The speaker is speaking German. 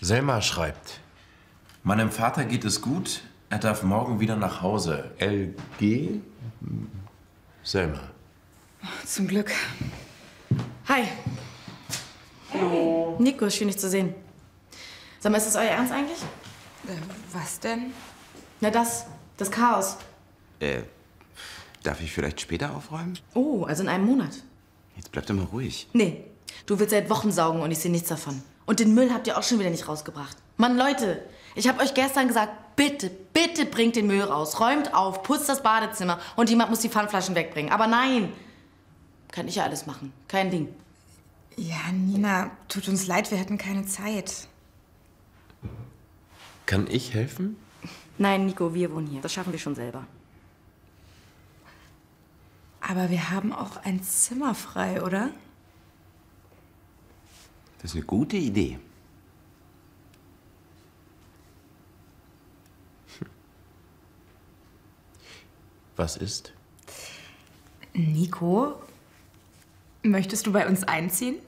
Selma schreibt. Meinem Vater geht es gut. Er darf morgen wieder nach Hause. LG? Selma. Zum Glück. Hi. Hallo. Nico, schön dich zu sehen. Sag mal, ist das euer Ernst eigentlich? Äh, was denn? Na das, das Chaos. Äh, darf ich vielleicht später aufräumen? Oh, also in einem Monat. Jetzt bleibt doch mal ruhig. Nee, du willst seit Wochen saugen und ich sehe nichts davon. Und den Müll habt ihr auch schon wieder nicht rausgebracht. Mann, Leute, ich habe euch gestern gesagt, bitte, bitte bringt den Müll raus. Räumt auf, putzt das Badezimmer und jemand muss die Pfandflaschen wegbringen. Aber nein, kann ich ja alles machen. Kein Ding. Ja, Nina, tut uns leid, wir hatten keine Zeit. Kann ich helfen? Nein, Nico, wir wohnen hier. Das schaffen wir schon selber. Aber wir haben auch ein Zimmer frei, oder? Das ist eine gute Idee. Was ist? Nico, möchtest du bei uns einziehen?